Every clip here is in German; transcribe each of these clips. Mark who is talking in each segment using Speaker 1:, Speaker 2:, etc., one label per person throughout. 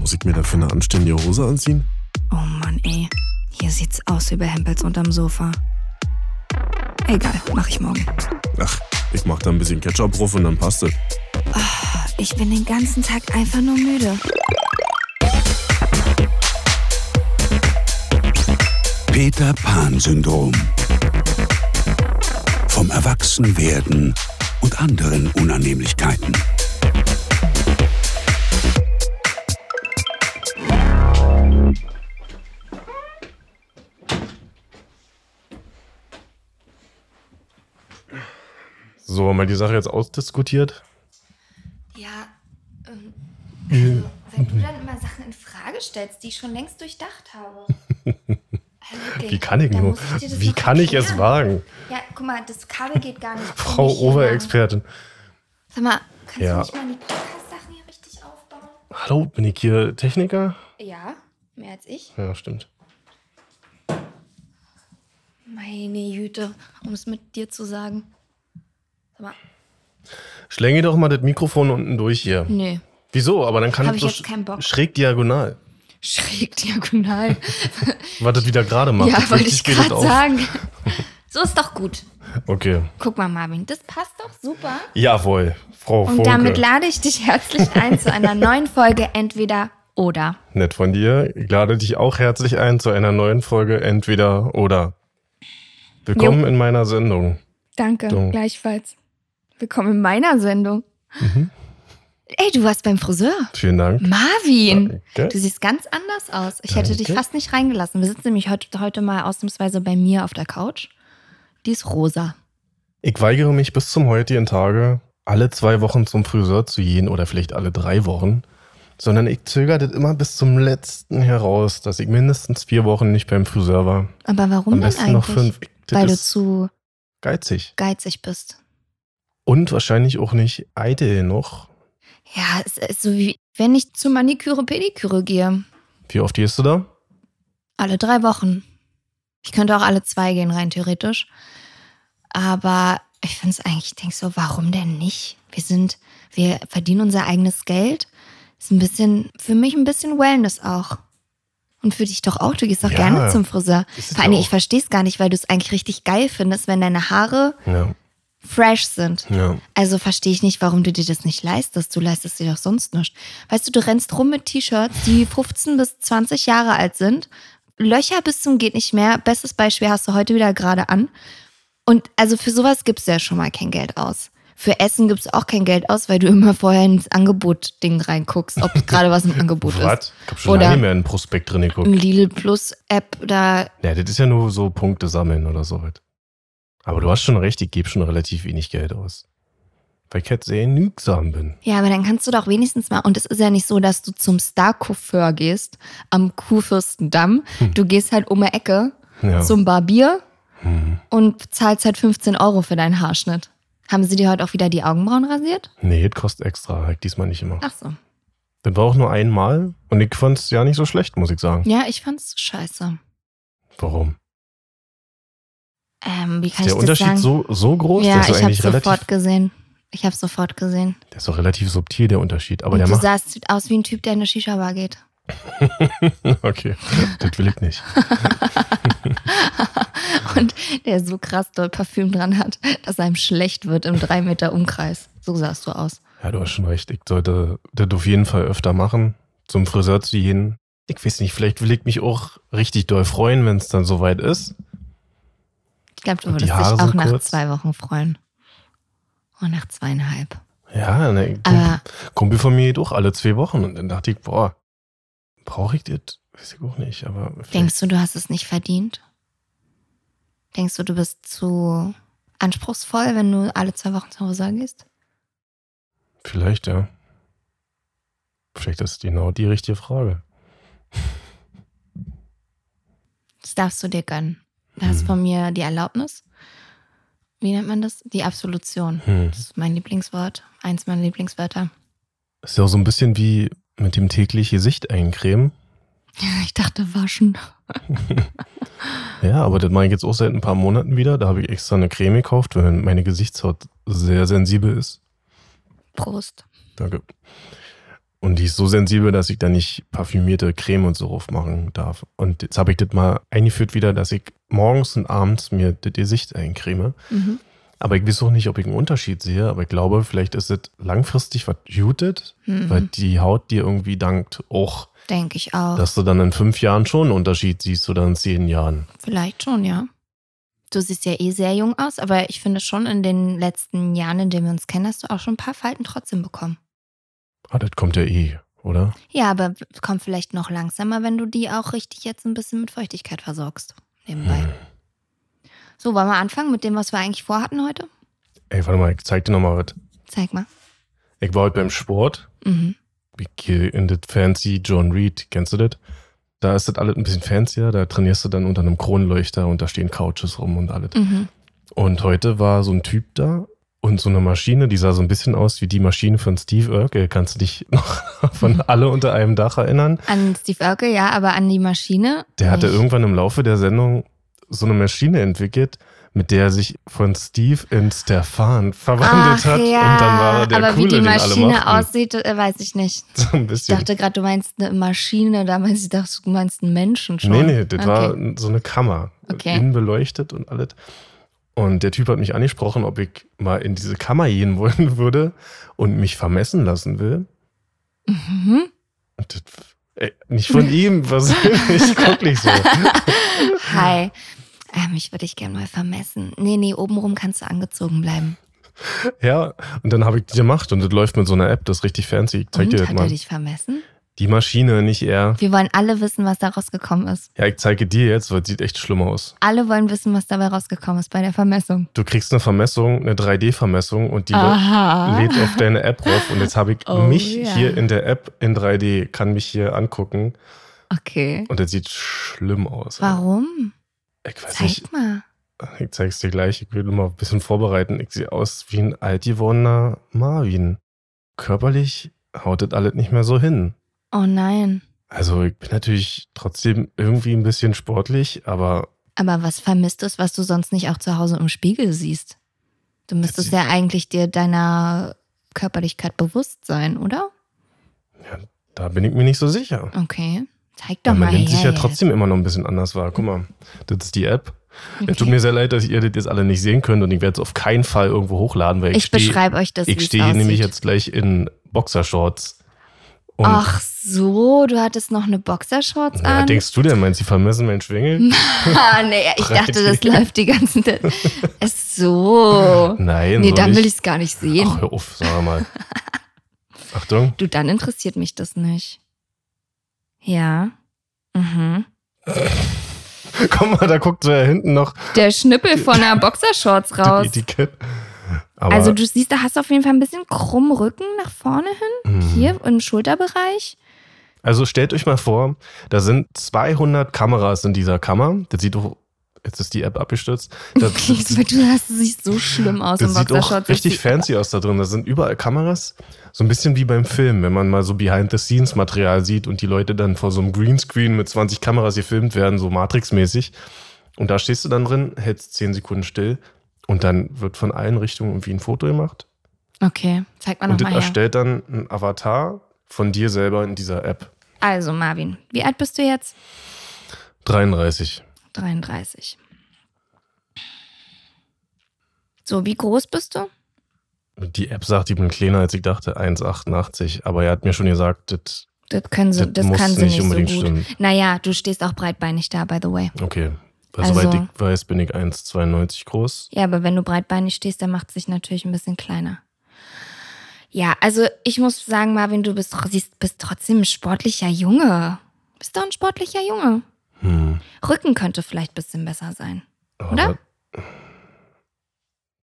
Speaker 1: Muss ich mir dafür eine anständige Hose anziehen?
Speaker 2: Oh Mann, ey. Hier sieht's aus wie bei Hempels unterm Sofa. Egal, mach ich morgen.
Speaker 1: Ach, ich mach da ein bisschen Ketchup drauf und dann passt es.
Speaker 2: Ich bin den ganzen Tag einfach nur müde.
Speaker 3: Peter Pan-Syndrom. Vom Erwachsenwerden und anderen Unannehmlichkeiten.
Speaker 4: So, haben wir die Sache jetzt ausdiskutiert?
Speaker 5: Ja, ähm, also, wenn du dann immer Sachen in Frage stellst, die ich schon längst durchdacht habe. Also wirklich,
Speaker 4: Wie kann ich
Speaker 5: da
Speaker 4: nur?
Speaker 5: muss dir das
Speaker 4: Wie
Speaker 5: noch
Speaker 4: kann ich es
Speaker 5: erklären.
Speaker 4: wagen?
Speaker 5: Ja, guck mal, das Kabel geht gar nicht.
Speaker 4: Frau
Speaker 5: Nicht hier lang.
Speaker 4: Oberexpertin.
Speaker 5: Sag mal, kannst
Speaker 4: Ja.
Speaker 5: du nicht mal die Podcast-Sachen hier richtig aufbauen?
Speaker 4: Hallo, bin ich hier Techniker?
Speaker 5: Ja, mehr als ich.
Speaker 4: Ja, stimmt.
Speaker 5: Meine Güte, um es mit dir zu sagen. Sag mal,
Speaker 4: Schlänge doch mal das Mikrofon unten durch hier.
Speaker 5: nee.
Speaker 4: Wieso? Aber dann kann
Speaker 5: Hab
Speaker 4: es
Speaker 5: ich
Speaker 4: so
Speaker 5: jetzt keinen Bock.
Speaker 4: schräg diagonal.
Speaker 5: Schräg diagonal.
Speaker 4: Was das wieder gerade macht.
Speaker 5: ja,
Speaker 4: Das
Speaker 5: wollte
Speaker 4: richtig
Speaker 5: ich
Speaker 4: geht das
Speaker 5: gerade
Speaker 4: auf.
Speaker 5: sagen. So ist doch gut.
Speaker 4: Okay.
Speaker 5: Guck mal, Marvin, das passt doch super.
Speaker 4: Jawohl, Frau
Speaker 5: Und
Speaker 4: Funke.
Speaker 5: damit lade ich dich herzlich ein zu einer neuen Folge Entweder oder.
Speaker 4: Nett von dir. Ich lade dich auch herzlich ein zu einer neuen Folge Entweder oder. Willkommen in meiner Sendung.
Speaker 5: Danke,
Speaker 4: So.
Speaker 5: gleichfalls. Willkommen in meiner Sendung.
Speaker 4: Mhm.
Speaker 5: Ey, du warst beim Friseur.
Speaker 4: Vielen Dank.
Speaker 5: Marvin,
Speaker 4: Danke.
Speaker 5: du siehst ganz anders aus. Ich hätte dich
Speaker 4: Danke.
Speaker 5: fast nicht reingelassen. Wir sitzen nämlich heute, heute mal ausnahmsweise bei mir auf der Couch. Die ist rosa.
Speaker 4: Ich weigere mich bis zum heutigen Tage, alle zwei Wochen zum Friseur zu gehen oder vielleicht alle drei Wochen, sondern ich zögere das immer bis zum letzten heraus, dass ich mindestens vier Wochen nicht beim Friseur war.
Speaker 5: Aber warum
Speaker 4: Am
Speaker 5: denn
Speaker 4: besten
Speaker 5: eigentlich?
Speaker 4: noch fünf. Ich- Das
Speaker 5: Weil du
Speaker 4: ist
Speaker 5: zu
Speaker 4: geizig.
Speaker 5: geizig bist.
Speaker 4: Und wahrscheinlich auch nicht eitel noch.
Speaker 5: Ja, es ist so wie wenn ich zur Maniküre, Pediküre gehe.
Speaker 4: Wie oft gehst du da?
Speaker 5: Alle drei Wochen. Ich könnte auch alle zwei gehen, rein theoretisch. Aber ich finde es eigentlich, ich denke so, warum denn nicht? Wir sind, wir verdienen unser eigenes Geld. Ist ein bisschen, für mich ein bisschen Wellness auch. Und für dich doch auch. Du gehst doch
Speaker 4: Ja.
Speaker 5: gerne zum Friseur.
Speaker 4: Ist es
Speaker 5: Vor allem,
Speaker 4: ja auch.
Speaker 5: ich verstehe es gar nicht, weil du es eigentlich richtig geil findest, wenn deine Haare
Speaker 4: Ja,
Speaker 5: fresh sind.
Speaker 4: ja.
Speaker 5: Also verstehe ich nicht, warum du dir das nicht leistest. Du leistest dir doch sonst nichts. Weißt du, du rennst rum mit T-Shirts, die 15 bis 20 Jahre alt sind. Löcher bis zum geht nicht mehr. Bestes Beispiel hast du heute wieder gerade an. Und also für sowas gibst du ja schon mal kein Geld aus. Für Essen gibst du auch kein Geld aus, weil du immer vorher ins Angebot-Ding reinguckst, ob gerade was im Angebot ist.
Speaker 4: Was? Ich hab schon
Speaker 5: Oder-
Speaker 4: lange nicht mehr in den Prospekt drin geguckt.
Speaker 5: Im Lidl Plus App, da
Speaker 4: Ja, das ist ja nur so Punkte sammeln oder so halt. Aber du hast schon recht, ich gebe schon relativ wenig Geld aus. Weil ich halt sehr genügsam bin.
Speaker 5: Ja, aber dann kannst du doch wenigstens mal, und es ist ja nicht so, dass du zum Star-Coiffeur gehst am Kurfürstendamm. Du gehst halt um die Ecke
Speaker 4: Ja.
Speaker 5: zum Barbier
Speaker 4: Hm.
Speaker 5: und zahlst halt 15 Euro für deinen Haarschnitt. Haben sie dir heute auch wieder die Augenbrauen rasiert?
Speaker 4: Nee, das kostet extra, hab ich diesmal nicht immer.
Speaker 5: Ach so.
Speaker 4: Das war auch nur einmal und ich fand's ja nicht so schlecht, muss ich sagen.
Speaker 5: Ja, ich fand's scheiße.
Speaker 4: Warum?
Speaker 5: Ähm, wie
Speaker 4: Ist der
Speaker 5: kann ich das
Speaker 4: Unterschied
Speaker 5: sagen?
Speaker 4: so, so groß,
Speaker 5: ja,
Speaker 4: dass du
Speaker 5: ich hab's
Speaker 4: eigentlich relativ.
Speaker 5: sofort gesehen. Ich hab's sofort gesehen.
Speaker 4: Der ist doch relativ subtil, der Unterschied. Aber
Speaker 5: und
Speaker 4: der
Speaker 5: du
Speaker 4: macht.
Speaker 5: sahst aus wie ein Typ, der in eine Shisha-Bar geht.
Speaker 4: okay, das will ich nicht.
Speaker 5: Und der so krass doll Parfüm dran hat, dass einem schlecht wird im 3 Meter Umkreis. So sahst du aus.
Speaker 4: Ja, du hast schon recht. Ich sollte das auf jeden Fall öfter machen, zum Friseur zu gehen. Ich weiß nicht, vielleicht will ich mich auch richtig doll freuen, wenn es dann soweit ist.
Speaker 5: Ich glaube, du
Speaker 4: Und die
Speaker 5: würdest dich
Speaker 4: Haare
Speaker 5: auch
Speaker 4: sind
Speaker 5: nach
Speaker 4: kurz.
Speaker 5: zwei Wochen freuen. Und nach zweieinhalb.
Speaker 4: Ja, ne,
Speaker 5: Aber
Speaker 4: Kumpel von mir geht auch alle zwei Wochen. Und dann dachte ich, boah, brauche ich das? Weiß ich auch nicht, aber vielleicht-
Speaker 5: denkst du, du hast es nicht verdient? Denkst du, du bist zu anspruchsvoll, wenn du alle zwei Wochen zu Hause gehst?
Speaker 4: vielleicht, ja. Vielleicht ist genau die richtige Frage.
Speaker 5: Das darfst du dir gönnen. Du hast
Speaker 4: Hm.
Speaker 5: von mir die Erlaubnis. Wie nennt man das? Die Absolution.
Speaker 4: Hm.
Speaker 5: Das ist mein Lieblingswort. Eins meiner Lieblingswörter.
Speaker 4: Ist ja auch so ein bisschen wie mit dem täglich Gesicht eincremen.
Speaker 5: Ich dachte, waschen.
Speaker 4: Ja, aber das mache ich jetzt auch seit ein paar Monaten wieder. Da habe ich extra eine Creme gekauft, weil meine Gesichtshaut sehr sensibel ist.
Speaker 5: Prost.
Speaker 4: Danke. Und die ist so sensibel, dass ich da nicht parfümierte Creme und so drauf machen darf. Und jetzt habe ich das mal eingeführt wieder, dass ich morgens und abends mir das Gesicht eincreme.
Speaker 5: Mhm.
Speaker 4: Aber ich weiß auch nicht, ob ich einen Unterschied sehe, aber ich glaube, vielleicht ist es langfristig was Jutet,
Speaker 5: Mhm.
Speaker 4: weil die Haut dir irgendwie dankt, auch,
Speaker 5: Denke ich auch.
Speaker 4: dass du dann in fünf Jahren schon einen Unterschied siehst oder in zehn Jahren.
Speaker 5: Vielleicht schon, ja. Du siehst ja eh sehr jung aus, aber ich finde schon, in den letzten Jahren, in denen wir uns kennen, hast du auch schon ein paar Falten trotzdem bekommen.
Speaker 4: Ah, das kommt ja eh, oder?
Speaker 5: Ja, aber kommt vielleicht noch langsamer, wenn du die auch richtig jetzt ein bisschen mit Feuchtigkeit versorgst. Nebenbei.
Speaker 4: Hm.
Speaker 5: So, wollen wir anfangen mit dem, was wir eigentlich vorhatten heute?
Speaker 4: Ey, warte mal, ich zeig dir nochmal was.
Speaker 5: Zeig mal.
Speaker 4: Ich war heute beim Sport.
Speaker 5: Mhm.
Speaker 4: Ich gehe in das fancy John Reed, kennst du das? Da ist das alles ein bisschen fancier, da trainierst du dann unter einem Kronleuchter und da stehen Couches rum und alles.
Speaker 5: Mhm.
Speaker 4: Und heute war so ein Typ da und so eine Maschine, die sah so ein bisschen aus wie die Maschine von Steve Urkel. Kannst du dich noch von alle unter einem Dach erinnern?
Speaker 5: An Steve Urkel, ja, aber an die Maschine.
Speaker 4: Der hatte
Speaker 5: nicht.
Speaker 4: irgendwann im Laufe der Sendung so eine Maschine entwickelt, mit der er sich von Steve in Stefan verwandelt
Speaker 5: Ach,
Speaker 4: hat.
Speaker 5: ja.
Speaker 4: Und dann war er der
Speaker 5: aber
Speaker 4: Coole,
Speaker 5: wie die
Speaker 4: den alle
Speaker 5: Maschine
Speaker 4: mochten.
Speaker 5: aussieht, äh, weiß ich nicht.
Speaker 4: So ein
Speaker 5: Ich
Speaker 4: bisschen.
Speaker 5: dachte gerade, du meinst eine Maschine, damals ich dachte, du meinst einen Menschen schon.
Speaker 4: Nee, nee, das
Speaker 5: Okay.
Speaker 4: war so eine Kammer.
Speaker 5: Okay.
Speaker 4: Innen beleuchtet und alles. Und der Typ hat mich angesprochen, ob ich mal in diese Kammer gehen wollen würde und mich vermessen lassen will.
Speaker 5: Mhm.
Speaker 4: Und das, ey, nicht von ihm persönlich, guck nicht so.
Speaker 5: Hi. Ähm, ich würde dich gerne mal vermessen. Nee, nee, obenrum kannst du angezogen bleiben.
Speaker 4: Ja, und dann habe ich die gemacht und das läuft mit so einer App, das ist richtig fancy. Ich zeig
Speaker 5: Und
Speaker 4: dir das
Speaker 5: hat er
Speaker 4: mal.
Speaker 5: dich vermessen?
Speaker 4: Die Maschine, nicht er.
Speaker 5: Wir wollen alle wissen, was da rausgekommen ist.
Speaker 4: Ja, ich zeige dir jetzt, weil es sieht echt schlimm aus.
Speaker 5: Alle wollen wissen, was dabei rausgekommen ist bei der Vermessung.
Speaker 4: Du kriegst eine Vermessung, eine 3D-Vermessung und die
Speaker 5: Aha.
Speaker 4: lädt auf deine App rauf und jetzt habe ich
Speaker 5: Oh,
Speaker 4: mich
Speaker 5: ja.
Speaker 4: hier in der App in 3D, kann mich hier angucken
Speaker 5: Okay.
Speaker 4: und das sieht schlimm aus.
Speaker 5: Warum?
Speaker 4: Ich Äh, weiß nicht,
Speaker 5: Zeig mal.
Speaker 4: ich zeig's dir gleich, ich will nur mal ein bisschen vorbereiten. Ich sehe aus wie ein altgewordener Marvin. Körperlich haut das alles nicht mehr so hin.
Speaker 5: Oh nein.
Speaker 4: Also ich bin natürlich trotzdem irgendwie ein bisschen sportlich, aber
Speaker 5: Aber was vermisst du, was du sonst nicht auch zu Hause im Spiegel siehst? Du müsstest ja eigentlich dir deiner Körperlichkeit bewusst sein, oder?
Speaker 4: da bin ich mir nicht so sicher.
Speaker 5: Okay. Zeig doch
Speaker 4: Weil man
Speaker 5: mal
Speaker 4: nimmt
Speaker 5: her.
Speaker 4: sich ja
Speaker 5: jetzt.
Speaker 4: trotzdem immer noch ein bisschen anders wahr. Guck mal, das ist die App.
Speaker 5: Okay.
Speaker 4: Es tut mir sehr leid, dass ihr das jetzt alle nicht sehen könnt und ich werde es auf keinen Fall irgendwo hochladen, weil ich,
Speaker 5: ich
Speaker 4: stehe
Speaker 5: beschreibe euch das.
Speaker 4: ich
Speaker 5: wie's
Speaker 4: stehe hier nämlich
Speaker 5: aussieht.
Speaker 4: jetzt gleich in Boxershorts. Und
Speaker 5: Ach so, du hattest noch eine Boxershorts
Speaker 4: ja,
Speaker 5: an.
Speaker 4: denkst du denn, meinst du, die vermessen meinen Schwingel?
Speaker 5: ah, nee, ich dachte, das läuft die ganze Zeit. Ach so.
Speaker 4: Nein,
Speaker 5: Nee,
Speaker 4: so
Speaker 5: dann
Speaker 4: nicht.
Speaker 5: will ich es gar nicht sehen.
Speaker 4: Ach, hör auf, sag mal. Achtung.
Speaker 5: Du, dann interessiert mich das nicht. Ja. Mhm.
Speaker 4: Komm mal, da guckt so ja hinten noch
Speaker 5: Der Schnippel von einer Boxershorts
Speaker 4: das
Speaker 5: raus.
Speaker 4: Etikett. Aber,
Speaker 5: Also du siehst, da hast du auf jeden Fall ein bisschen krumm Rücken nach vorne hin,
Speaker 4: mh.
Speaker 5: hier im Schulterbereich.
Speaker 4: Also stellt euch mal vor, da sind 200 Kameras in dieser Kammer. Das sieht doch, jetzt ist die App abgestürzt. Das, das,
Speaker 5: du hast, siehst so schlimm aus im
Speaker 4: das sieht
Speaker 5: Boxershorts.
Speaker 4: auch
Speaker 5: Das
Speaker 4: richtig
Speaker 5: sieht-
Speaker 4: fancy aus da drin. Da sind überall Kameras. So ein bisschen wie beim Film, wenn man mal so Behind-the-Scenes-Material sieht und die Leute dann vor so einem Greenscreen mit 20 Kameras gefilmt werden, so Matrix-mäßig. Und da stehst du dann drin, hältst 10 Sekunden still und dann wird von allen Richtungen irgendwie ein Foto gemacht.
Speaker 5: Okay, zeig Ah, mal
Speaker 4: Und das
Speaker 5: nochmal her.
Speaker 4: erstellt dann ein Avatar von dir selber in dieser App.
Speaker 5: Also Marvin, wie alt bist du jetzt?
Speaker 4: 33.
Speaker 5: 33. So, wie groß bist du?
Speaker 4: Die App sagt, ich bin kleiner als ich dachte, 1,88. Aber er hat mir schon gesagt, das,
Speaker 5: Das, können sie,
Speaker 4: das,
Speaker 5: Also das
Speaker 4: muss
Speaker 5: kann
Speaker 4: nicht
Speaker 5: sie nicht,
Speaker 4: unbedingt
Speaker 5: so gut.
Speaker 4: stimmen.
Speaker 5: Naja, du stehst auch breitbeinig da, by the way.
Speaker 4: Okay. Weil soweit
Speaker 5: Also-
Speaker 4: ich weiß, bin ich 1,92 groß.
Speaker 5: Ja, aber wenn du breitbeinig stehst, dann macht es sich natürlich ein bisschen kleiner. Ja, also ich muss sagen, Marvin, du bist, tro- siehst, bist trotzdem ein sportlicher Junge. Bist doch ein sportlicher Junge.
Speaker 4: Hm.
Speaker 5: Rücken könnte vielleicht ein bisschen besser sein.
Speaker 4: Aber-
Speaker 5: Oder?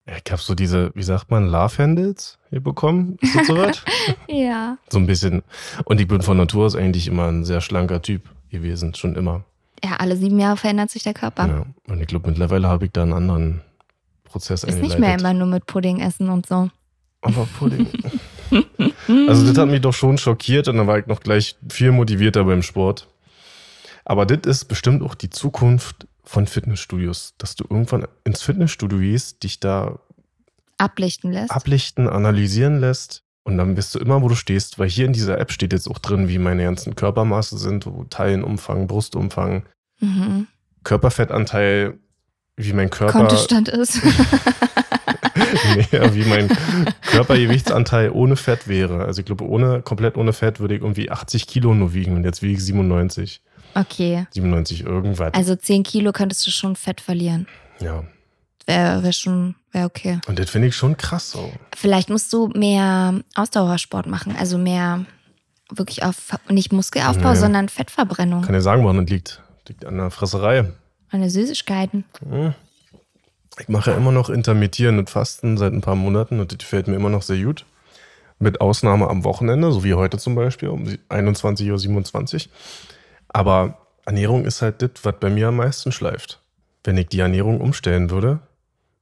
Speaker 4: Ich habe so diese, wie sagt man, Love Handles hier bekommen. Ist das soweit?
Speaker 5: Ja.
Speaker 4: so ein bisschen. Und ich bin von Natur aus eigentlich immer ein sehr schlanker Typ gewesen, schon immer.
Speaker 5: Ja, alle sieben Jahre verändert sich der Körper.
Speaker 4: Ja. Und ich glaube, mittlerweile habe ich da einen anderen Prozess
Speaker 5: Ist
Speaker 4: eingeleitet.
Speaker 5: nicht mehr immer nur mit Pudding essen und so.
Speaker 4: Aber Pudding. also das hat mich doch schon schockiert und dann war ich noch gleich viel motivierter beim Sport. Aber das ist bestimmt auch die Zukunft von Fitnessstudios, dass du irgendwann ins Fitnessstudio gehst, dich da
Speaker 5: Ablichten lässt.
Speaker 4: ablichten, analysieren lässt. Und dann bist du immer, wo du stehst, weil hier in dieser App steht jetzt auch drin, wie meine ganzen Körpermaße sind, wo Teilenumfang, Brustumfang,
Speaker 5: Mhm.
Speaker 4: Körperfettanteil, wie mein Körper,
Speaker 5: Kontostand ist.
Speaker 4: nee, aber wie mein Körpergewichtsanteil ohne Fett wäre. Also ich glaube, ohne, komplett ohne Fett würde ich irgendwie 80 Kilo nur wiegen und jetzt wiege ich 97,
Speaker 5: okay.
Speaker 4: 97 irgendwas.
Speaker 5: Also 10 Kilo könntest du schon Fett verlieren.
Speaker 4: ja.
Speaker 5: Wäre wär schon, wäre okay.
Speaker 4: Und das finde ich schon krass so.
Speaker 5: Vielleicht musst du mehr Ausdauersport machen, also mehr wirklich auf, nicht Muskelaufbau,
Speaker 4: Nee.
Speaker 5: sondern Fettverbrennung.
Speaker 4: Kann ja sagen, woran das liegt. Liegt an der Fresserei.
Speaker 5: Meine Süßigkeiten.
Speaker 4: Hm. Ich mache ja immer noch intermittierendes Fasten seit ein paar Monaten und das gefällt mir immer noch sehr gut. Mit Ausnahme am Wochenende, so wie heute zum Beispiel um sie- 21.27 Uhr. Aber Ernährung ist halt das, was bei mir am meisten schleift. Wenn ich die Ernährung umstellen würde,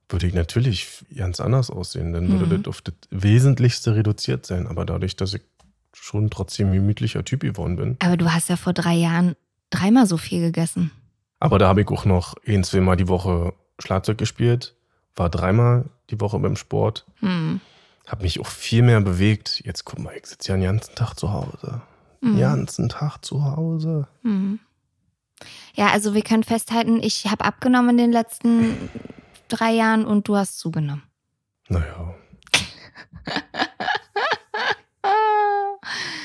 Speaker 4: würde ich natürlich ganz anders aussehen. Dann würde
Speaker 5: Mhm.
Speaker 4: das auf das Wesentlichste reduziert sein. Aber dadurch, dass ich schon trotzdem ein gemütlicher Typ geworden bin.
Speaker 5: Aber du hast ja vor drei Jahren dreimal so viel gegessen.
Speaker 4: Aber da habe ich auch noch ein, zweimal die Woche Schlagzeug gespielt, war dreimal die Woche beim Sport,
Speaker 5: Hm.
Speaker 4: habe mich auch viel mehr bewegt. Jetzt guck mal, ich sitze ja den ganzen Tag zu Hause. Den
Speaker 5: Hm.
Speaker 4: ganzen Tag zu Hause.
Speaker 5: Hm. Ja, also wir können festhalten, ich habe abgenommen in den letzten drei Jahren und du hast zugenommen.
Speaker 4: Naja,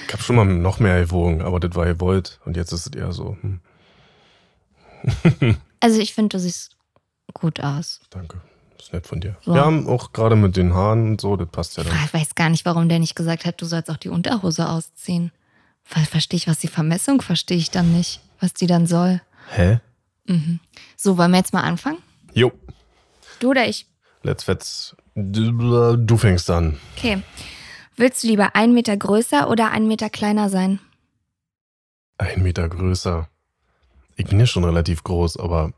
Speaker 4: ich habe schon mal noch mehr gewogen, aber das war gewollt. Und jetzt ist es eher so, hm,
Speaker 5: Also ich finde, du siehst gut aus.
Speaker 4: danke. Ist nett von dir.
Speaker 5: Ja.
Speaker 4: Wir haben auch gerade mit den Haaren und so, das passt ja
Speaker 5: Ich
Speaker 4: dann.
Speaker 5: fra- weiß gar nicht, warum der nicht gesagt hat, du sollst auch die Unterhose ausziehen. Ver- Verstehe ich, was die Vermessung verstehe ich dann nicht, was die dann soll.
Speaker 4: Hä?
Speaker 5: Mhm. So, wollen wir jetzt mal anfangen?
Speaker 4: Jo,
Speaker 5: Du oder ich?
Speaker 4: let's fetz. Du du fängst an.
Speaker 5: Okay. Willst du lieber einen Meter größer oder einen Meter kleiner sein?
Speaker 4: Ein Meter größer. Ich bin ja schon relativ groß, aber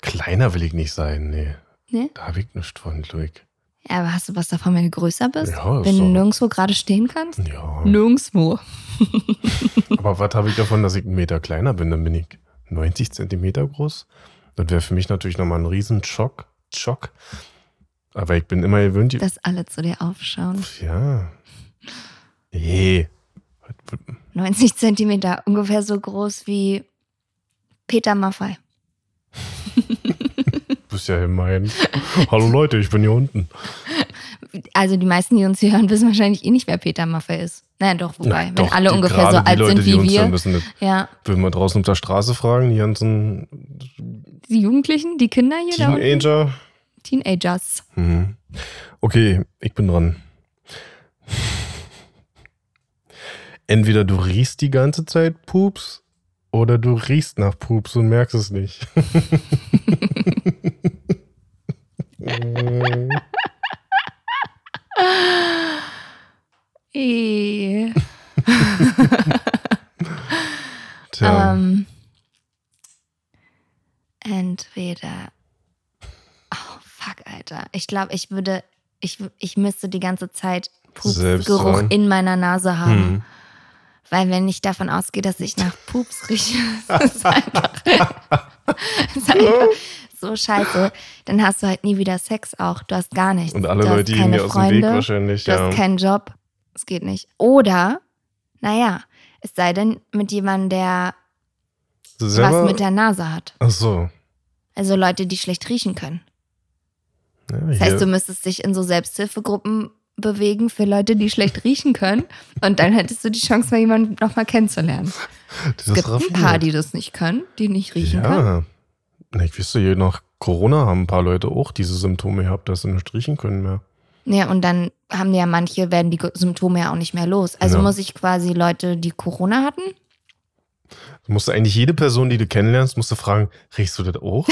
Speaker 4: kleiner will ich nicht sein, nee.
Speaker 5: Nee?
Speaker 4: Da habe ich nichts von, Luik.
Speaker 5: Ja, aber hast du was davon, wenn du größer bist?
Speaker 4: Ja, ist
Speaker 5: wenn du
Speaker 4: doch-
Speaker 5: nirgendwo gerade stehen kannst?
Speaker 4: Ja.
Speaker 5: Nirgendwo.
Speaker 4: Aber was habe ich davon, dass ich einen Meter kleiner bin? Dann bin ich 90 Zentimeter groß. Das wäre für mich natürlich nochmal ein Riesenschock. Schock. Aber ich bin immer gewöhnt.
Speaker 5: Dass alle zu dir aufschauen.
Speaker 4: ja. Nee.
Speaker 5: 90 Zentimeter, ungefähr so groß wie Peter Maffei.
Speaker 4: Du bist ja gemein. Hallo Leute, ich bin hier unten.
Speaker 5: Also die meisten, die uns hier hören, wissen wahrscheinlich eh nicht, wer Peter Maffei ist. Naja, doch, wobei,
Speaker 4: Na,
Speaker 5: wenn
Speaker 4: doch,
Speaker 5: alle
Speaker 4: die-
Speaker 5: ungefähr
Speaker 4: gerade
Speaker 5: so
Speaker 4: die
Speaker 5: alt
Speaker 4: Leute,
Speaker 5: sind
Speaker 4: die
Speaker 5: wie
Speaker 4: uns hören,
Speaker 5: wir.
Speaker 4: Müssen, das
Speaker 5: Ja,
Speaker 4: würden wir draußen auf der Straße fragen, die ganzen
Speaker 5: die Jugendlichen, die Kinder hier da unten.
Speaker 4: Teenager.
Speaker 5: Teenagers.
Speaker 4: Mhm. Okay, ich bin dran. Entweder du riechst die ganze Zeit Pups oder du riechst nach Pups und merkst es nicht.
Speaker 5: Eh.
Speaker 4: Tja,
Speaker 5: Ähm, entweder. Oh, fuck, Alter. Ich glaube, ich würde. Ich, ich müsste die ganze Zeit
Speaker 4: Selbst
Speaker 5: Pupsgeruch
Speaker 4: dran.
Speaker 5: in meiner Nase haben.
Speaker 4: hm.
Speaker 5: Weil wenn ich davon ausgehe, dass ich nach Pups rieche, das ist einfach, das ist
Speaker 4: Oh.
Speaker 5: einfach so scheiße. Dann hast du halt nie wieder Sex auch. Du hast gar nichts.
Speaker 4: Und alle
Speaker 5: du hast
Speaker 4: Leute gehen
Speaker 5: keine
Speaker 4: mir aus dem Weg
Speaker 5: Freunde,
Speaker 4: wahrscheinlich.
Speaker 5: Du
Speaker 4: Ja.
Speaker 5: hast keinen Job. Es geht nicht. Oder, naja, es sei denn, mit jemandem, der
Speaker 4: Du selber?
Speaker 5: was mit der Nase hat.
Speaker 4: Ach so.
Speaker 5: Also Leute, die schlecht riechen können.
Speaker 4: Ja,
Speaker 5: Das
Speaker 4: hier.
Speaker 5: heißt, du müsstest dich in so Selbsthilfegruppen bewegen für Leute, die schlecht riechen können. Und dann hättest du die Chance, mal jemanden nochmal kennenzulernen.
Speaker 4: Das
Speaker 5: Es
Speaker 4: ist
Speaker 5: gibt ein
Speaker 4: raffiniert.
Speaker 5: paar, die das nicht können, die nicht riechen können.
Speaker 4: Ja. Na, ich wüsste, je nach Corona haben ein paar Leute auch diese Symptome gehabt, dass sie nicht riechen können mehr.
Speaker 5: Ja, Ne, und dann haben ja manche, werden die Symptome ja auch nicht mehr los. Also
Speaker 4: Ja.
Speaker 5: muss ich quasi Leute, die Corona hatten,
Speaker 4: Du musst eigentlich jede Person, die du kennenlernst, musst du fragen, riechst du das auch?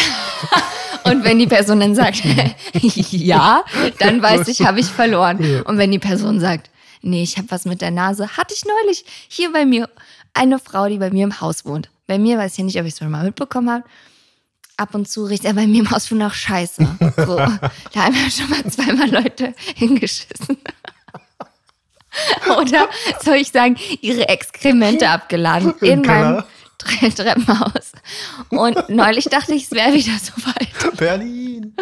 Speaker 5: Und wenn die Person dann sagt, ja, dann weiß ich, habe ich verloren. Und wenn die Person sagt, nee, ich habe was mit der Nase, hatte ich neulich hier bei mir eine Frau, die bei mir im Haus wohnt. Bei mir weiß ich ja nicht, ob ich es schon mal mitbekommen habe. Ab und zu riecht er bei mir im Haus schon nach Scheiße. So, da haben ja schon mal zweimal Leute hingeschissen. Oder soll ich sagen, ihre Exkremente abgeladen in meinem Tre- Treppenhaus. Und neulich dachte ich, es wäre wieder soweit.
Speaker 4: Berlin.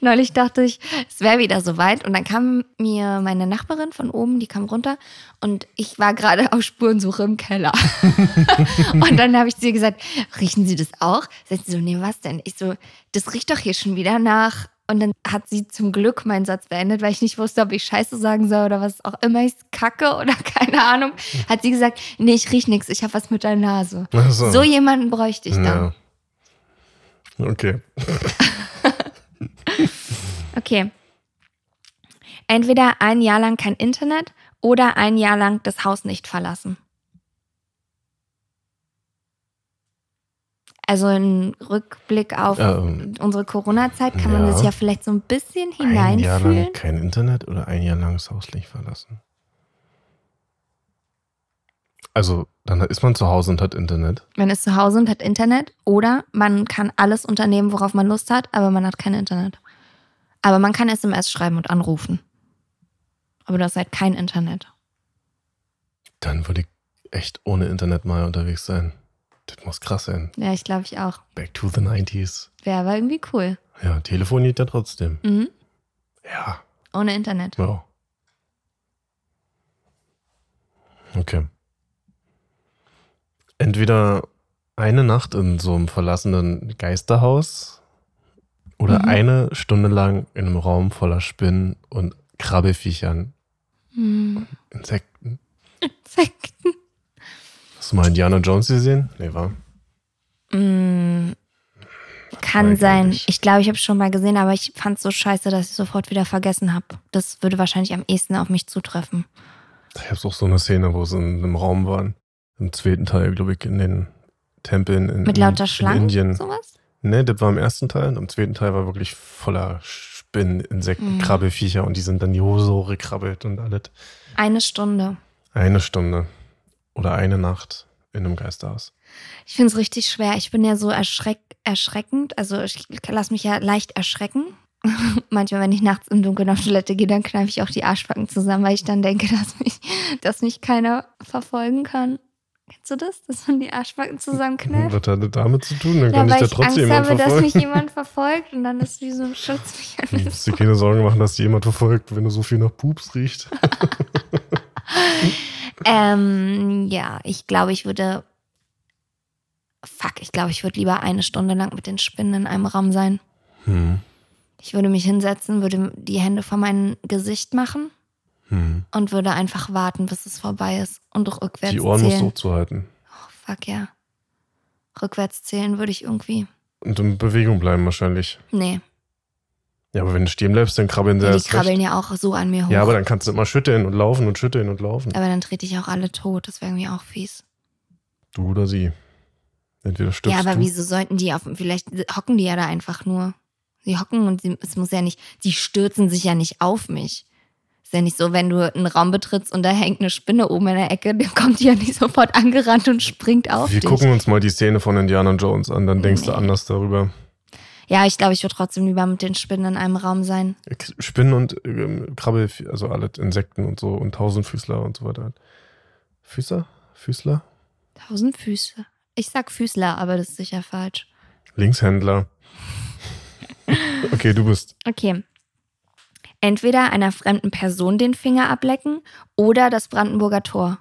Speaker 5: Neulich dachte ich, es wäre wieder soweit. Und dann kam mir meine Nachbarin von oben, die kam runter und ich war gerade auf Spurensuche im Keller. und dann habe ich zu ihr gesagt, riechen Sie das auch? Sagt sie so, nee, was denn? Ich so, das riecht doch hier schon wieder nach. Und dann hat sie zum Glück meinen Satz beendet, weil ich nicht wusste, ob ich Scheiße sagen soll oder was auch immer ich kacke oder keine Ahnung. Hat sie gesagt, nee, ich riech nichts, ich habe was mit der Nase.
Speaker 4: Ach
Speaker 5: So, jemanden bräuchte ich dann.
Speaker 4: Ja. Okay.
Speaker 5: Okay. Entweder ein Jahr lang kein Internet oder ein Jahr lang das Haus nicht verlassen. Also im Rückblick auf
Speaker 4: Ähm,
Speaker 5: unsere Corona-Zeit kann man
Speaker 4: ja.
Speaker 5: das ja vielleicht so ein bisschen
Speaker 4: ein Jahr
Speaker 5: hineinfühlen.
Speaker 4: lang kein Internet oder ein Jahr lang das Haus nicht verlassen. Also, dann ist man zu Hause und hat Internet.
Speaker 5: Man ist zu Hause und hat Internet oder man kann alles unternehmen, worauf man Lust hat, aber man hat kein Internet. Aber man kann SMS schreiben und anrufen. Aber du hast halt kein Internet.
Speaker 4: Dann würde ich echt ohne Internet mal unterwegs sein. Das muss krass sein.
Speaker 5: Ja, ich glaube ich auch.
Speaker 4: Back to the 90s.
Speaker 5: Wäre aber irgendwie cool.
Speaker 4: Ja, Telefon geht ja trotzdem.
Speaker 5: Mhm.
Speaker 4: Ja,
Speaker 5: Ohne Internet.
Speaker 4: ja. Okay. Entweder eine Nacht in so einem verlassenen Geisterhaus oder
Speaker 5: Mhm.
Speaker 4: eine Stunde lang in einem Raum voller Spinnen und Krabbelfiechern,
Speaker 5: Hm.
Speaker 4: Insekten.
Speaker 5: Sekten.
Speaker 4: Hast du mal Indiana Jones gesehen? Nee, war.
Speaker 5: Hm. Kann
Speaker 4: Weiß ich
Speaker 5: sein.
Speaker 4: nicht.
Speaker 5: Ich glaube, ich habe schon mal gesehen, aber ich fand es so scheiße, dass ich sofort wieder vergessen habe. Das würde wahrscheinlich am ehesten auf mich zutreffen.
Speaker 4: Ich hab's auch so eine Szene, wo sie in einem Raum waren. Im zweiten Teil, glaube ich, in den Tempeln in,
Speaker 5: Mit
Speaker 4: Mhm.
Speaker 5: lauter
Speaker 4: in
Speaker 5: Schlangen?
Speaker 4: Indien.
Speaker 5: Sowas?
Speaker 4: Ne, das war im ersten Teil und im zweiten Teil war wirklich voller Spinnen, Insekten,
Speaker 5: Mhm.
Speaker 4: Krabbelfiecher und die sind dann die Hose hochgekrabbelt und alles.
Speaker 5: Eine Stunde.
Speaker 4: Eine Stunde oder eine Nacht in einem Geisterhaus.
Speaker 5: Ich finde es richtig schwer. Ich bin ja so erschreck erschreckend. Also ich lasse mich ja leicht erschrecken. Manchmal, wenn ich nachts im Dunkeln auf Toilette gehe, dann kneife ich auch die Arschbacken zusammen, weil ich dann denke, dass mich, dass mich keiner verfolgen kann. Kennst du das? Dass man die Arschbacken zusammenkneift?
Speaker 4: Was hat das damit zu tun? Dann kann
Speaker 5: ja,
Speaker 4: ich
Speaker 5: weil
Speaker 4: da
Speaker 5: ich Angst
Speaker 4: trotzdem jemand
Speaker 5: habe, dass mich
Speaker 4: verfolgen. Hm.
Speaker 5: jemand verfolgt und dann ist wie so ein
Speaker 4: Du
Speaker 5: Schutzmechanismus.
Speaker 4: musst dir keine Sorgen machen, dass dir jemand verfolgt, wenn du so viel nach Pups riecht.
Speaker 5: Ähm, ja, ich glaube, ich würde. Fuck, ich glaube, ich würde lieber eine Stunde lang mit den Spinnen in einem Raum sein.
Speaker 4: Hm.
Speaker 5: Ich würde mich hinsetzen, würde die Hände vor mein Gesicht machen
Speaker 4: Hm.
Speaker 5: und würde einfach warten, bis es vorbei ist und rückwärts
Speaker 4: Die Ohren musst
Speaker 5: zählen.
Speaker 4: du hochzuhalten
Speaker 5: oh, fuck, ja. Rückwärts zählen würde ich irgendwie.
Speaker 4: und in Bewegung bleiben wahrscheinlich.
Speaker 5: Nee,
Speaker 4: Ja, aber wenn du stehen bleibst, dann krabbeln sie
Speaker 5: ja, die
Speaker 4: erst recht.
Speaker 5: krabbeln ja auch so an mir hoch.
Speaker 4: Ja, aber dann kannst du immer schütteln und laufen und schütteln und laufen.
Speaker 5: aber dann trete ich auch alle tot. Das wäre irgendwie auch fies.
Speaker 4: Du oder sie. Entweder stirbst
Speaker 5: ja, aber
Speaker 4: du.
Speaker 5: wieso sollten die auf. Vielleicht hocken die ja da einfach nur. Sie hocken und sie, es muss ja nicht. Sie stürzen sich ja nicht auf mich. Ist ja nicht so, wenn du einen Raum betrittst und da hängt eine Spinne oben in der Ecke, dann kommt die ja nicht sofort angerannt und springt auf
Speaker 4: Wir
Speaker 5: dich. Mhm.
Speaker 4: gucken uns mal die Szene von Indiana Jones an, dann denkst du
Speaker 5: Nee.
Speaker 4: anders darüber.
Speaker 5: Ja, ich glaube, ich würde trotzdem lieber mit den Spinnen in einem Raum sein.
Speaker 4: Spinnen und ähm, Krabbel, also alle Insekten und so und Tausendfüßler und so weiter. Füßer? Füßler?
Speaker 5: Tausend Füße. Ich sag Füßler, aber das ist sicher falsch.
Speaker 4: Linkshändler. okay, du bist.
Speaker 5: Okay. Entweder einer fremden Person den Finger ablecken oder das Brandenburger Tor.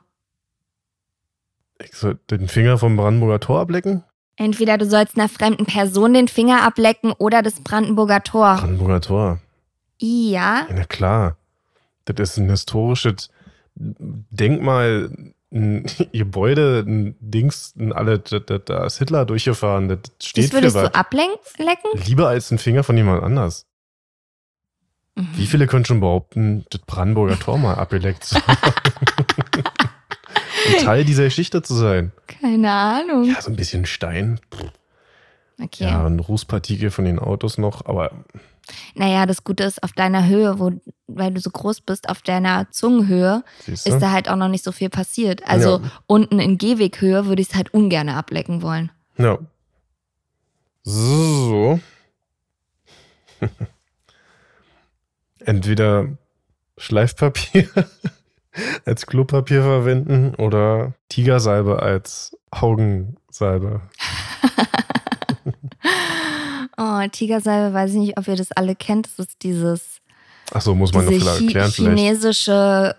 Speaker 4: Ich soll den Finger vom Brandenburger Tor ablecken?
Speaker 5: Entweder du sollst einer fremden Person den Finger ablecken oder das Brandenburger Tor.
Speaker 4: Brandenburger Tor. Ja,
Speaker 5: Ja.
Speaker 4: na klar. Das ist ein historisches Denkmal, ein Gebäude, ein Dings, ein alles. Da- Da da ist Hitler durchgefahren. Das steht
Speaker 5: Das
Speaker 4: für
Speaker 5: würdest
Speaker 4: was.
Speaker 5: du ablecken?
Speaker 4: Lieber als ein Finger von jemand anders.
Speaker 5: Mhm,
Speaker 4: Wie viele können schon behaupten, das Brandenburger Tor mal abgeleckt zu haben? Ein Teil dieser Geschichte zu sein.
Speaker 5: Keine Ahnung.
Speaker 4: Ja, so ein bisschen Stein.
Speaker 5: Okay.
Speaker 4: Ja, ein Rußpartikel von den Autos noch, aber
Speaker 5: Naja, das Gute ist, auf deiner Höhe, wo, weil du so groß bist, auf deiner Zungenhöhe,
Speaker 4: siehst
Speaker 5: ist
Speaker 4: du?
Speaker 5: da halt auch noch nicht so viel passiert. Also unten in Gehweghöhe würde ich es halt ungern ablecken wollen.
Speaker 4: Ja. So. Entweder Schleifpapier als Klopapier verwenden oder Tigersalbe als Augensalbe.
Speaker 5: Oh, Tigersalbe, weiß ich nicht, ob ihr das alle kennt. Das ist dieses
Speaker 4: Achso, muss man noch
Speaker 5: diese
Speaker 4: vielleicht
Speaker 5: chi
Speaker 4: erklären. Vielleicht.
Speaker 5: chinesische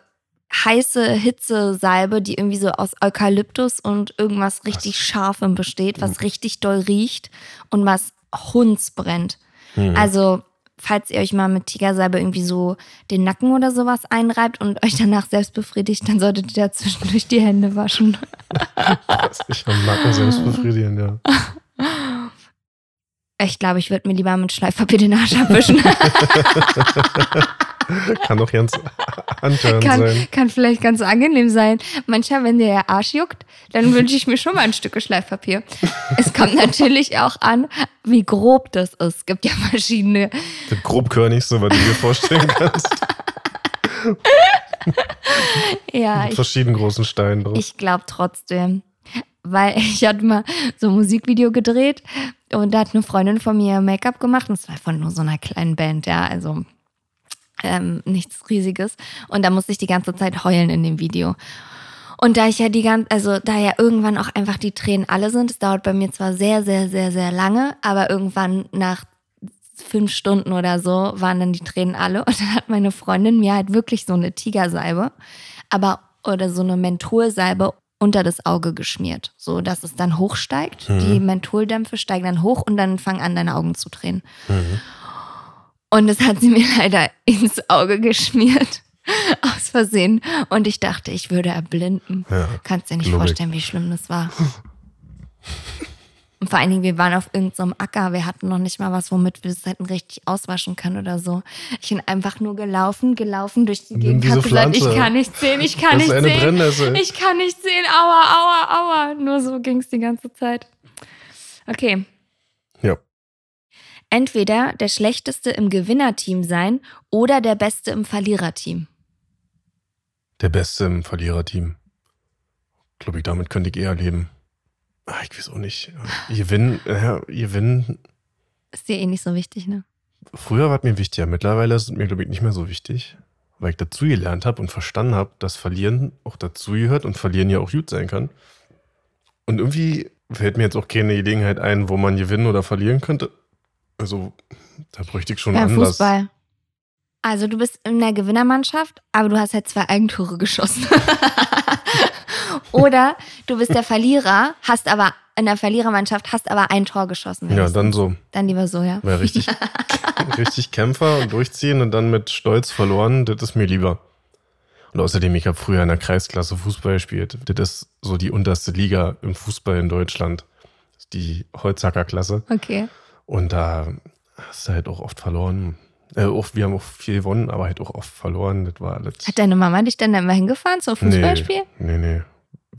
Speaker 5: heiße Hitzesalbe, die irgendwie so aus Eukalyptus und irgendwas richtig Scharfem besteht,
Speaker 4: Hm.
Speaker 5: was richtig doll riecht und was Hunds brennt.
Speaker 4: Hm.
Speaker 5: Also, falls ihr euch mal mit Tigersalbe irgendwie so den Nacken oder sowas einreibt und euch danach selbst befriedigt, dann solltet ihr da zwischendurch die Hände waschen.
Speaker 4: Ich am Nacken selbst befriedigen, ja.
Speaker 5: Ich glaube, ich würde mir lieber mit Schleifpapier den Arsch abwischen.
Speaker 4: Kann doch ganz anschauend
Speaker 5: kann,
Speaker 4: sein.
Speaker 5: kann vielleicht ganz angenehm sein. Manchmal, wenn der Arsch juckt, dann wünsche ich mir schon mal ein Stück Schleifpapier. es kommt natürlich auch an, wie grob das ist. Es gibt ja verschiedene.
Speaker 4: Der grobkörnigste, was du dir vorstellen kannst.
Speaker 5: Ja,
Speaker 4: Mit
Speaker 5: ich,
Speaker 4: verschiedenen großen Steinen drauf.
Speaker 5: ich glaube trotzdem. Weil ich hatte mal so ein Musikvideo gedreht und da hat eine Freundin von mir Make-up gemacht und es war von nur so einer kleinen Band, ja, also ähm, nichts Riesiges. Und da musste ich die ganze Zeit heulen in dem Video. Und da ich ja die ganze, also da ja irgendwann auch einfach die Tränen alle sind, es dauert bei mir zwar sehr, sehr, sehr, sehr lange, aber irgendwann nach fünf Stunden oder so waren dann die Tränen alle. Und dann hat meine Freundin mir halt wirklich so eine Tigersalbe, aber oder so eine Mentholsalbe unter das Auge geschmiert, so dass es dann hochsteigt. Die Mentholdämpfe steigen dann hoch und dann fangen an, deine Augen zu drehen. Und das hat sie mir leider ins Auge geschmiert. Aus Versehen. Und ich dachte, ich würde erblinden.
Speaker 4: Ja,
Speaker 5: Kannst dir nicht
Speaker 4: glaub ich.
Speaker 5: vorstellen, wie schlimm das war. Und vor allen Dingen, wir waren auf irgendeinem Acker. Wir hatten noch nicht mal was, womit wir es hätten richtig auswaschen können oder so. Ich bin einfach nur gelaufen, gelaufen durch die
Speaker 4: Nimm
Speaker 5: Gegend. Hab
Speaker 4: diese
Speaker 5: gesagt, ich
Speaker 4: Pflanze.
Speaker 5: kann nicht sehen, ich kann
Speaker 4: Das ist
Speaker 5: nicht
Speaker 4: eine
Speaker 5: sehen.
Speaker 4: Brennnessel.
Speaker 5: Ich kann nicht sehen. Aua, aua, aua. Nur so ging es die ganze Zeit. Okay.
Speaker 4: Ja.
Speaker 5: Entweder der Schlechteste im Gewinnerteam sein oder der Beste im Verliererteam.
Speaker 4: Der Beste im Verliererteam. Glaube ich, damit könnte ich eher leben. Ah, ich weiß auch nicht. Gewinnen, äh, gewinnen.
Speaker 5: Ist dir eh nicht so wichtig, ne?
Speaker 4: Früher war es mir wichtiger. Mittlerweile ist es mir, glaube ich, nicht mehr so wichtig. Weil ich dazu gelernt habe und verstanden habe, dass Verlieren auch dazu gehört und Verlieren ja auch gut sein kann. Und irgendwie fällt mir jetzt auch keine Gelegenheit ein, wo man gewinnen oder verlieren könnte. Also, da bräuchte ich schon
Speaker 5: Beim
Speaker 4: anders.
Speaker 5: Fußball. Also du bist in der Gewinnermannschaft, aber du hast halt zwei Eigentore geschossen. Oder du bist der Verlierer, hast aber in der Verlierermannschaft hast aber ein Tor geschossen.
Speaker 4: Ja,
Speaker 5: wenigstens.
Speaker 4: dann so.
Speaker 5: dann lieber so, ja.
Speaker 4: Weil richtig, richtig Kämpfer und durchziehen und dann mit Stolz verloren, das ist mir lieber. Und außerdem, ich habe früher in der Kreisklasse Fußball gespielt. Das ist so die unterste Liga im Fußball in Deutschland. Das ist Die Holzhackerklasse.
Speaker 5: Okay.
Speaker 4: Und da hast du halt auch oft verloren. Äh, auch, wir haben auch viel gewonnen, aber halt auch oft verloren. Das war alles.
Speaker 5: Hat deine Mama dich dann da immer hingefahren zum Fußballspiel?
Speaker 4: Nee, nee.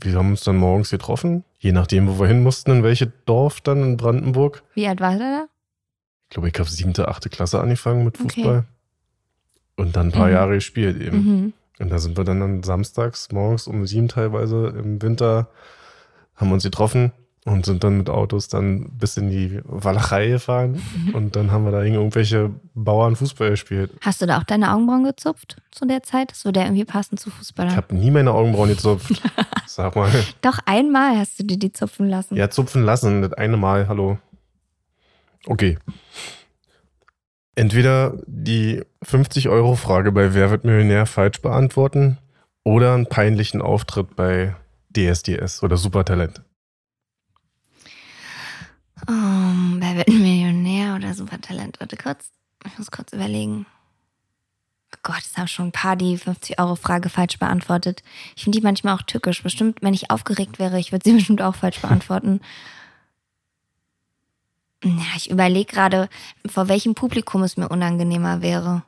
Speaker 4: Wir haben uns dann morgens getroffen, je nachdem, wo wir hin mussten, in welches Dorf dann in Brandenburg.
Speaker 5: Wie alt war der da?
Speaker 4: ich glaube, ich habe siebte, achte Klasse angefangen mit
Speaker 5: Okay.
Speaker 4: Fußball. Und dann ein paar
Speaker 5: Mhm.
Speaker 4: Jahre gespielt eben.
Speaker 5: Mhm.
Speaker 4: Und da sind wir dann, dann samstags morgens um sieben teilweise im Winter, haben uns getroffen und sind dann mit Autos dann bis in die Walachei gefahren.
Speaker 5: Mhm.
Speaker 4: Und dann haben wir da gegen irgendwelche Bauern Fußball gespielt.
Speaker 5: Hast du da auch deine Augenbrauen gezupft zu der Zeit? Das würde ja irgendwie passen zu
Speaker 4: Ich
Speaker 5: Fußballern.
Speaker 4: habe nie meine Augenbrauen gezupft. Sag mal.
Speaker 5: Doch einmal hast du dir die zupfen lassen.
Speaker 4: Ja, zupfen lassen, das eine Mal, hallo. Okay. Entweder die 50-Euro-Frage bei Wer wird Millionär falsch beantworten oder einen peinlichen Auftritt bei DSDS oder Supertalent.
Speaker 5: Ähm, wer wird ein Millionär oder Supertalent? Warte kurz, ich muss kurz überlegen. Oh Gott, es haben schon ein paar die 50-Euro-Frage falsch beantwortet. Ich finde die manchmal auch tückisch. Bestimmt, wenn ich aufgeregt wäre, ich würde sie bestimmt auch falsch beantworten. Ja, ich überlege gerade, vor welchem Publikum es mir unangenehmer wäre.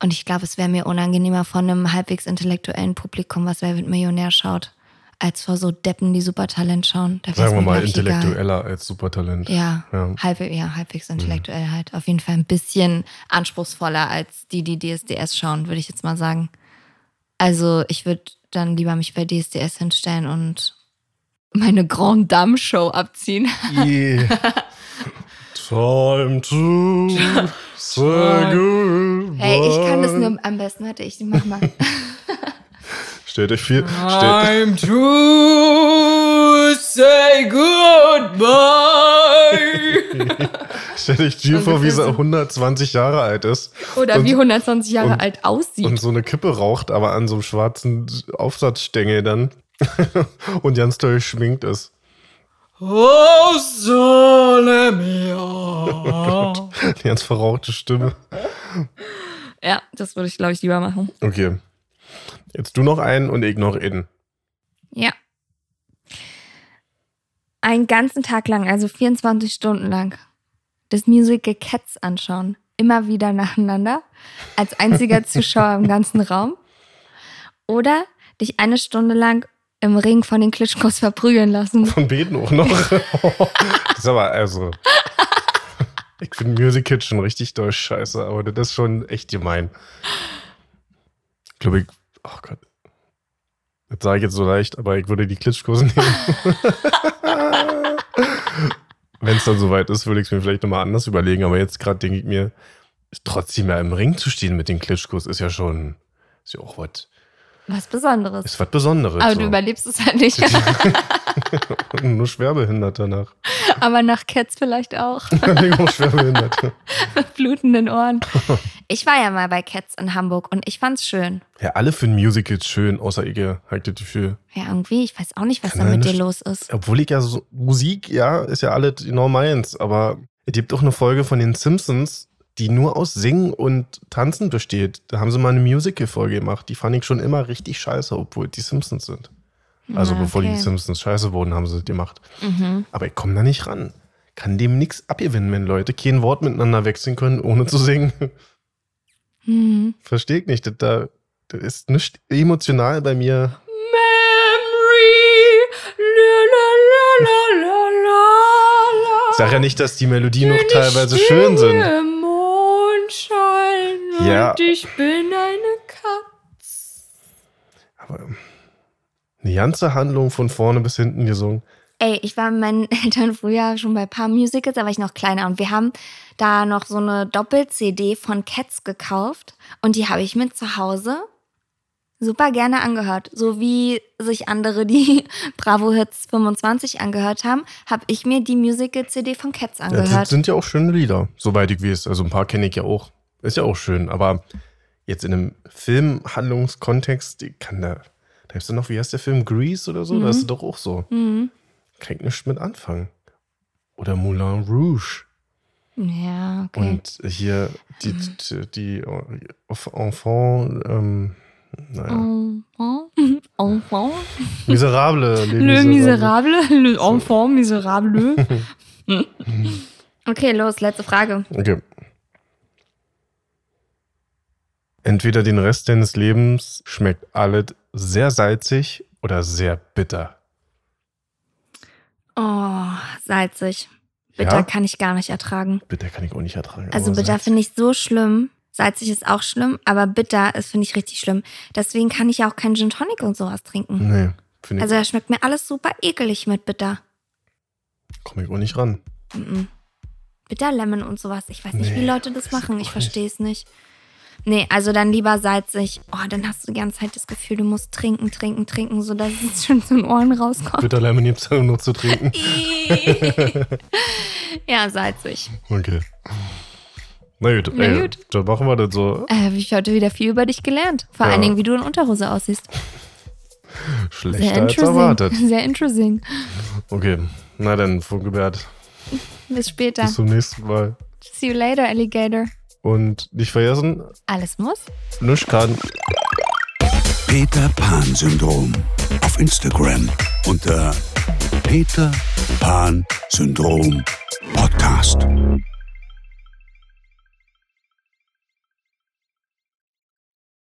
Speaker 5: Und ich glaube, es wäre mir unangenehmer von einem halbwegs intellektuellen Publikum, was Wer wird Millionär schaut, als vor so Deppen, die Supertalent schauen. Da wär's
Speaker 4: Sagen wir
Speaker 5: mir,
Speaker 4: mal
Speaker 5: glaub ich, egal.
Speaker 4: intellektueller als Supertalent.
Speaker 5: Ja,
Speaker 4: Ja. Mhm.
Speaker 5: halb, ja, halbwegs intellektuell halt. Auf jeden Fall ein bisschen anspruchsvoller als die, die DSDS schauen, würde ich jetzt mal sagen. Also ich würde dann lieber mich bei DSDS hinstellen und meine Grand Dame Show abziehen.
Speaker 4: Yeah. Time to say goodbye.
Speaker 5: Hey, ich kann das nur am besten. Warte, ich mach mal.
Speaker 4: Stellt euch viel. Stellt,
Speaker 6: Time to say goodbye.
Speaker 4: stellt euch Jill vor, wie sie 120 Jahre alt ist
Speaker 5: Oder
Speaker 4: Und-
Speaker 5: wie 120 Jahre
Speaker 4: und-
Speaker 5: alt aussieht.
Speaker 4: und so eine Kippe raucht, aber an so einem schwarzen Aufsatzstängel dann. und ganz toll schminkt ist.
Speaker 6: oh, sole mio.
Speaker 4: Eine ganz verrauchte Stimme.
Speaker 5: ja, das würde ich, glaube ich, lieber machen.
Speaker 4: Okay. Jetzt du noch einen und ich noch in.
Speaker 5: Ja. Einen ganzen Tag lang, also 24 Stunden lang, das Musical Cats anschauen. Immer wieder nacheinander. Als einziger Zuschauer im ganzen Raum. Oder dich eine Stunde lang im Ring von den Klitschkos verprügeln lassen.
Speaker 4: Von Beethoven noch. das ist aber also. Ich finde Music Kids schon richtig doll scheiße, aber das ist schon echt gemein. Ich glaube, ich. Oh Gott. Das sage ich jetzt so leicht, aber ich würde die Klitschkurse nehmen. Wenn es dann soweit ist, würde ich es mir vielleicht nochmal anders überlegen, aber jetzt gerade denke ich mir, trotzdem ja im Ring zu stehen mit den Klitschkos ist ja schon. Ist ja auch was.
Speaker 5: Was Besonderes.
Speaker 4: Ist was Besonderes.
Speaker 5: Aber
Speaker 4: so.
Speaker 5: du überlebst es halt nicht.
Speaker 4: Nur schwerbehindert danach.
Speaker 5: Aber nach Cats vielleicht auch.
Speaker 4: Bin ich auch schwerbehindert.
Speaker 5: Mit blutenden Ohren. Ich war ja mal bei Cats in Hamburg und ich fand's schön.
Speaker 4: Ja, alle finden Musicals schön, außer ich, habe ich das Gefühl.
Speaker 5: Ja, irgendwie, ich weiß auch nicht, was
Speaker 4: Kann
Speaker 5: da mit
Speaker 4: ja
Speaker 5: dir
Speaker 4: nicht-
Speaker 5: los ist.
Speaker 4: Obwohl ich ja so, Musik, ja, ist ja alles genau meins, aber es gibt auch eine Folge von den Simpsons, die nur aus Singen und Tanzen besteht. Da haben sie mal eine Musical-Folge gemacht, die fand ich schon immer richtig scheiße, obwohl es die Simpsons sind. Also
Speaker 5: Ja,
Speaker 4: bevor die
Speaker 5: Ah, okay.
Speaker 4: Simpsons scheiße wurden, haben sie das gemacht.
Speaker 5: Mhm.
Speaker 4: Aber ich komme da nicht ran. Kann dem nichts abgewinnen, wenn Leute kein Wort miteinander wechseln können, ohne zu singen.
Speaker 5: Mhm.
Speaker 4: Verstehe ich nicht. Das, da, das ist nicht emotional bei mir
Speaker 6: Memory. La, la, la, la, la, la.
Speaker 4: Ich sag ja nicht, dass die Melodien noch
Speaker 6: Bin ich
Speaker 4: teilweise schön
Speaker 6: Stille
Speaker 4: sind.
Speaker 6: Im Mondschein
Speaker 4: Ja.
Speaker 6: und ich bin eine Katze.
Speaker 4: Aber ähm, eine ganze Handlung von vorne bis hinten gesungen.
Speaker 5: Ey, ich war mit meinen Eltern früher schon bei ein paar Musicals, da war ich noch kleiner und wir haben da noch so eine Doppel-CD von Cats gekauft und die habe ich mit zu Hause super gerne angehört. So wie sich andere die Bravo Hits 25 angehört haben, habe ich mir die Musical-CD von Cats
Speaker 4: Ja, das
Speaker 5: angehört.
Speaker 4: sind ja auch schöne Lieder, soweit ich weiß. Also ein paar kenne ich ja auch. Ist ja auch schön. Aber jetzt in einem Filmhandlungskontext, ich kann da. Da gibt's ja noch, wie heißt der Film? Grease oder so? Da ist es doch auch so.
Speaker 5: Mhm.
Speaker 4: Kann ich nichts mit anfangen. Oder Moulin Rouge.
Speaker 5: Ja, okay.
Speaker 4: Und hier die, die, die Enfant, ähm, naja.
Speaker 5: Oh. Enfant, enfant,
Speaker 4: Miserable. Les
Speaker 5: le
Speaker 4: Miserables.
Speaker 5: miserable, le enfant miserable. okay, los, letzte Frage.
Speaker 4: Okay. Entweder den Rest deines Lebens schmeckt alles sehr salzig oder sehr bitter.
Speaker 5: Oh, salzig. Bitter
Speaker 4: Ja?
Speaker 5: kann ich gar nicht ertragen.
Speaker 4: Bitter kann ich auch nicht ertragen.
Speaker 5: Also
Speaker 4: aber
Speaker 5: bitter
Speaker 4: salzig-
Speaker 5: finde ich so schlimm. Salzig ist auch schlimm, aber bitter ist finde ich richtig schlimm. Deswegen kann ich ja auch keinen Gin Tonic und sowas trinken.
Speaker 4: Hm, Nee, finde ich,
Speaker 5: Also da schmeckt mir alles super ekelig mit bitter.
Speaker 4: komme ich auch nicht ran.
Speaker 5: Mhm. Bitter Lemon und sowas. Ich weiß nicht,
Speaker 4: Nee,
Speaker 5: wie Leute das
Speaker 4: weiß
Speaker 5: machen. Ich
Speaker 4: auch nicht.
Speaker 5: verstehe es nicht. Nee, also dann lieber salzig. Oh, dann hast du die ganze Zeit das Gefühl, du musst trinken, trinken, trinken, sodass es schon zu den Ohren rauskommt.
Speaker 4: Bitter Lemon gibt es nur zu trinken.
Speaker 5: ja, salzig.
Speaker 4: Okay. Na gut,
Speaker 5: Na
Speaker 4: ey,
Speaker 5: gut.
Speaker 4: dann machen wir das so.
Speaker 5: Äh, ich habe heute wieder viel über dich gelernt. Vor
Speaker 4: Ja.
Speaker 5: allen Dingen, wie du in Unterhose aussiehst. Sehr
Speaker 4: Schlechter als erwartet.
Speaker 5: interesting. Sehr interesting.
Speaker 4: Okay, na dann, Funkebert,
Speaker 5: Bis später.
Speaker 4: bis zum nächsten Mal.
Speaker 5: See you later, Alligator.
Speaker 4: Und nicht vergessen,
Speaker 5: Alles muss.
Speaker 4: nisch kann.
Speaker 3: Peter Pan Syndrom auf Instagram unter Peter Pan Syndrom Podcast.